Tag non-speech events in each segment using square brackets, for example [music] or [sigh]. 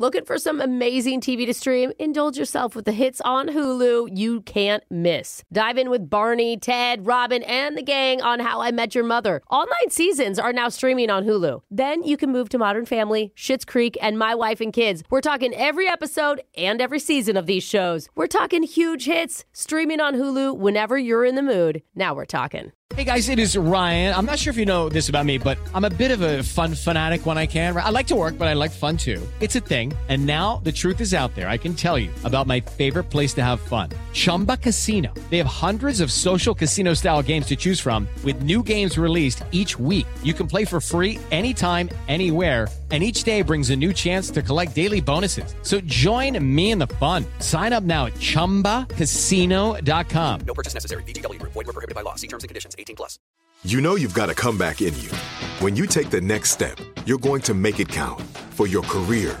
Looking for some amazing TV to stream? Indulge yourself with the hits on Hulu you can't miss. Dive in with Barney, Ted, Robin, and the gang on How I Met Your Mother. All nine seasons are now streaming on Hulu. Then you can move to Modern Family, Schitt's Creek, and My Wife and Kids. We're talking every episode and every season of these shows. We're talking huge hits, streaming on Hulu whenever you're in the mood. Now we're talking. Hey guys, it is Ryan. I'm not sure if you know this about me, but I'm a bit of a fun fanatic when I can. I like to work, but I like fun too. It's a thing. And now the truth is out there. I can tell you about my favorite place to have fun Chumba Casino. They have hundreds of social casino style games to choose from, with new games released each week. You can play for free anytime, anywhere and each day brings a new chance to collect daily bonuses. So join me in the fun. Sign up now at ChumbaCasino.com. No purchase necessary. VGW Group. Void were prohibited by law. See terms and conditions. 18 plus. You know you've got a comeback in you. When you take the next step, you're going to make it count for your career,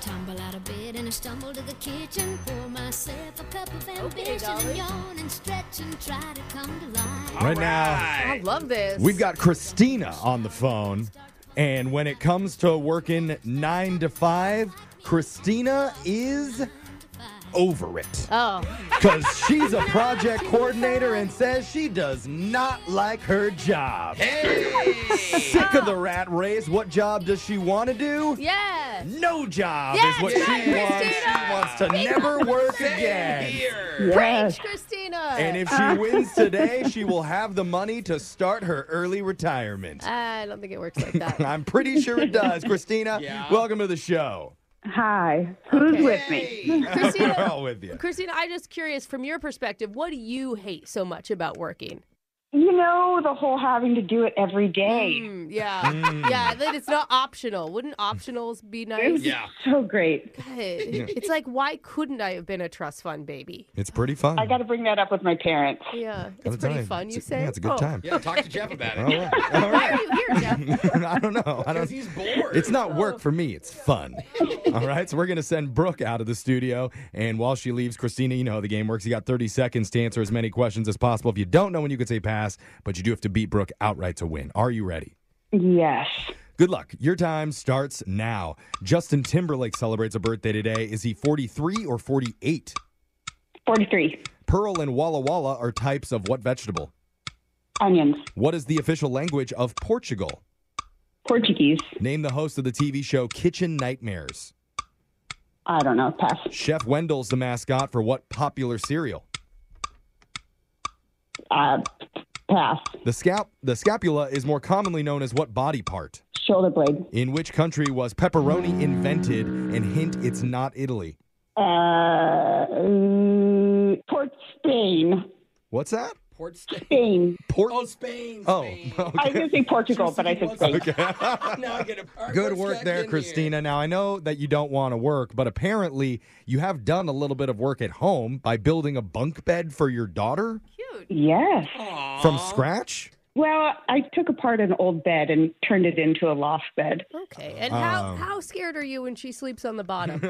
Tumble out of bed and I stumble to the kitchen. Pour myself a cup of ambition and yawn and stretch and try to come to life. Right now, I love this. we've got Christina on the phone. And when it comes to working nine to five, Christina is over it. Oh. Because [laughs] she's a project coordinator and says she does not like her job. Sick of the rat race. What job does she want to do? Ah. Yeah. No job Yes, is what right, she wants. She Christina. wants to never work again. Preach, Christina. And if she wins today, she will have the money to start her early retirement. [laughs] I don't think it works like that. I'm pretty sure it does. Christina, welcome to the show. Hi. Who's with me? We're Christina, all with you. Christina, I'm just curious from your perspective, what do you hate so much about working? You know, the whole having to do it every day. Mm, yeah. Yeah, that it's not optional. Wouldn't optionals be nice? [laughs] Yeah. So great. It's like, why couldn't I have been a trust fund baby? It's pretty fun. I got to bring that up with my parents. Yeah. It's Gotta pretty tell you, fun, you it's a- say? Yeah, it's a good Oh. time. Yeah, talk to Jeff about All it. right. All Why are right. you here, [laughs] Jeff? I don't know. I don't. He's bored. It's not work for me. It's fun. All right. So we're gonna send Brooke out of the studio, and while she leaves, Christina, you know how the game works. You got 30 seconds to answer as many questions as possible. If you don't know when you can say pass, but you do have to beat Brooke outright to win. Are you ready? Yes. Good luck. Your time starts now. Justin Timberlake celebrates a birthday today. Is he 43 or 48? 43. Pearl and Walla Walla are types of what vegetable? Onions. What is the official language of Portugal? Portuguese. Name the host of the TV show Kitchen Nightmares. I don't know. Pass. Chef Wendell's the mascot for what popular cereal? Uh, pass. The scap the scapula is more commonly known as what body part? Shoulder blade. In which country was pepperoni invented? And hint, it's not Italy. Uh, Port Spain. What's that? Port Spain. Spain. Port. Oh, Spain. [laughs] Oh, Spain. okay. I was going to say Portugal, but I said Spain. now I get a all right, Good let's work check there, in here. Christina. Now, I know that you don't want to work, but apparently you have done a little bit of work at home by building a bunk bed for your daughter Yes. from scratch. Well, I took apart an old bed and turned it into a loft bed. [laughs] Okay. And Um, how, how scared are you when she sleeps on the [laughs] bottom?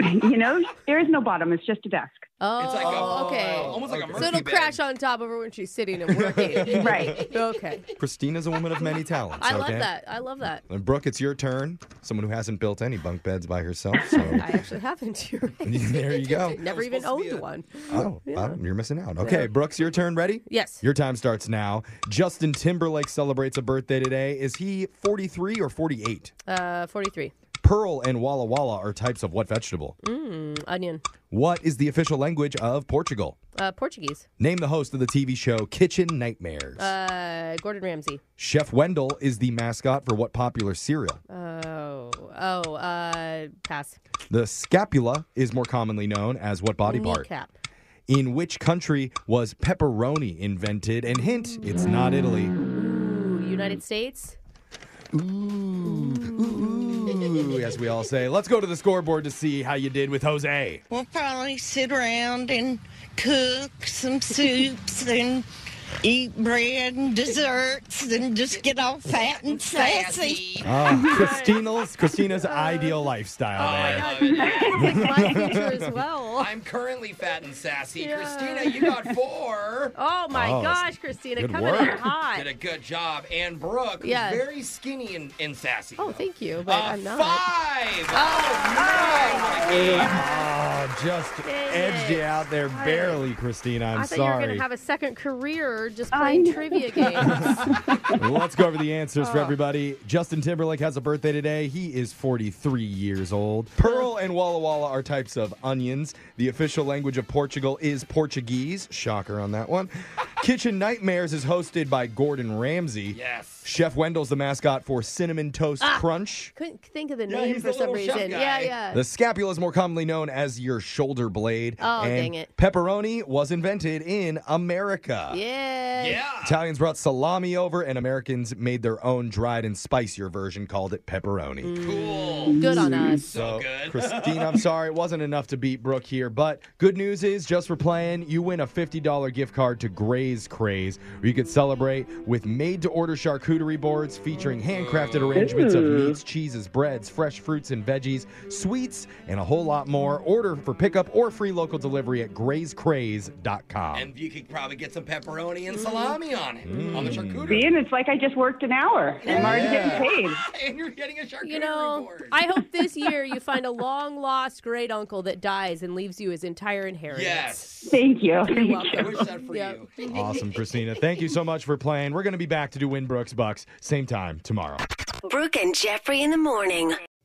You know, there is no bottom. It's just a desk. Oh, It's like a, okay. Almost like a so Murphy it'll bed. crash on top of her when she's sitting and [laughs] working. Right. [laughs] Okay. Christina's a woman of many [laughs] talents. I okay? love that. I love that. And Brooke, it's your turn. Someone who hasn't built any bunk beds by [laughs] herself. So I actually [laughs] haven't. You're [laughs] right. there you go. Never even owned one. Oh, wow, you're missing out. Okay, Brooke's your turn. Ready? Yes. Your time starts now. Justin Timberlake celebrates a birthday today. Is he 43 or 48? Uh, 43. Pearl and Walla Walla are types of what vegetable? Mm, onion. What is the official language of Portugal? Uh, Portuguese. Name the host of the TV show Kitchen Nightmares. Uh, Gordon Ramsay. Chef Wendell is the mascot for what popular cereal? Oh, oh, uh, pass. The scapula is more commonly known as what body part? Kneecap. In which country was pepperoni invented? And hint, it's not Italy. Ooh, United States. Ooh, as we all say. Let's go to the scoreboard to see how you did with Jose. We'll probably sit around and cook some soups and eat bread and desserts and just get all fat and sassy. Ah, Christina's Christina's ideal Oh, lifestyle I love it. My future as well. [laughs] I'm currently fat and sassy. Christina, you [laughs] got four. Oh my Oh, that's gosh, Christina, good coming work. in hot. Did a good job. And Brooke, who's Yes. very skinny and, and sassy. Oh, though. thank you, but Uh, I'm not. Five. Oh, no. there. Oh, just edged you out there barely, Christina. I'm I thought you were sorry. going to have a second career just I playing know. trivia [laughs] games. Let's go over the answers Uh. for everybody. Justin Timberlake has a birthday today. He is 43 years old. Pearl and Walla Walla are types of onions. The official language of Portugal is Portuguese. Shocker on [laughs] that one. Kitchen Nightmares is hosted by Gordon Ramsay. Yes. Chef Wendell's the mascot for Cinnamon Toast Ah. Crunch. Couldn't think of the Yeah, name he's for the some little chef reason. guy. Yeah, yeah. The scapula is more commonly known as your shoulder blade. Oh, and dang it. Pepperoni was invented in America. yeah. Yeah. Italians brought salami over, and Americans made their own dried and spicier version, called it pepperoni. Cool. Good on us. So Mm. good. Christine, [laughs] I'm sorry, it wasn't enough to beat Brooke here, but good news is just for playing, you win a $50 gift card to Gray's Craze, where you could celebrate with made to order charcuterie boards featuring handcrafted Mm. arrangements of meats, cheeses, breads, fresh fruits and veggies, sweets, and a whole lot more. Order for pickup or free local delivery at grayscraze.com. And you could probably get some pepperoni Mm. and salami on it on the charcuterie. See, and it's like I just worked an hour. I'm already Yeah. getting paid. [laughs] And you're getting a charcuterie You know, board. I hope this year you find a long lost great uncle that dies and leaves you his entire inheritance. yes. Thank you. You're Thank I welcome. wish that for Yeah. you. Awesome, Christina. Thank you so much for playing. We're going to be back to do Win Brooks Bucks same time tomorrow. Brooke and Jeffrey in the morning.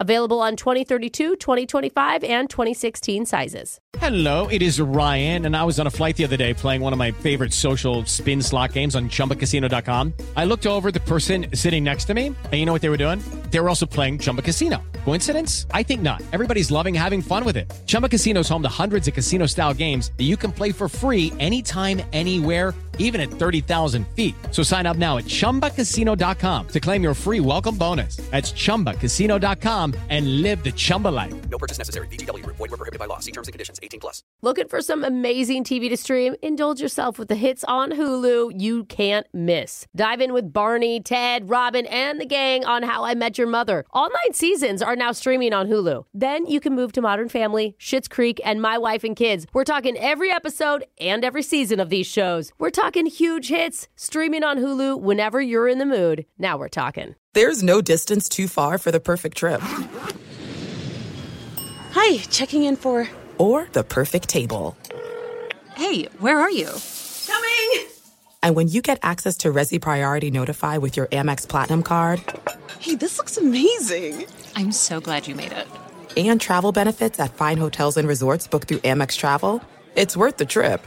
Available on 2032, 2025, and 2016 sizes. Hello, it is Ryan, and I was on a flight the other day playing one of my favorite social spin slot games on chumbacasino.com. I looked over at the person sitting next to me, and you know what they were doing? They were also playing Chumba Casino. Coincidence? I think not. Everybody's loving having fun with it. Chumba Casino is home to hundreds of casino style games that you can play for free anytime, anywhere, even at 30,000 feet. So sign up now at chumbacasino.com to claim your free welcome bonus. That's chumbacasino.com and live the Chumba life. No purchase necessary. VGW Group. Void were prohibited by law. See terms and conditions. 18 plus. Looking for some amazing TV to stream? Indulge yourself with the hits on Hulu you can't miss. Dive in with Barney, Ted, Robin, and the gang on How I Met Your Mother. All nine seasons are now streaming on Hulu. Then you can move to Modern Family, Schitt's Creek, and My Wife and Kids. We're talking every episode and every season of these shows. We're talking huge hits, streaming on Hulu whenever you're in the mood. Now we're talking. There's no distance too far for the perfect trip. Hi, checking in for. Or the perfect table. Hey, where are you? Coming! And when you get access to Resi Priority Notify with your Amex Platinum card Hey, this looks amazing! I'm so glad you made it. and travel benefits at fine hotels and resorts booked through Amex Travel, it's worth the trip.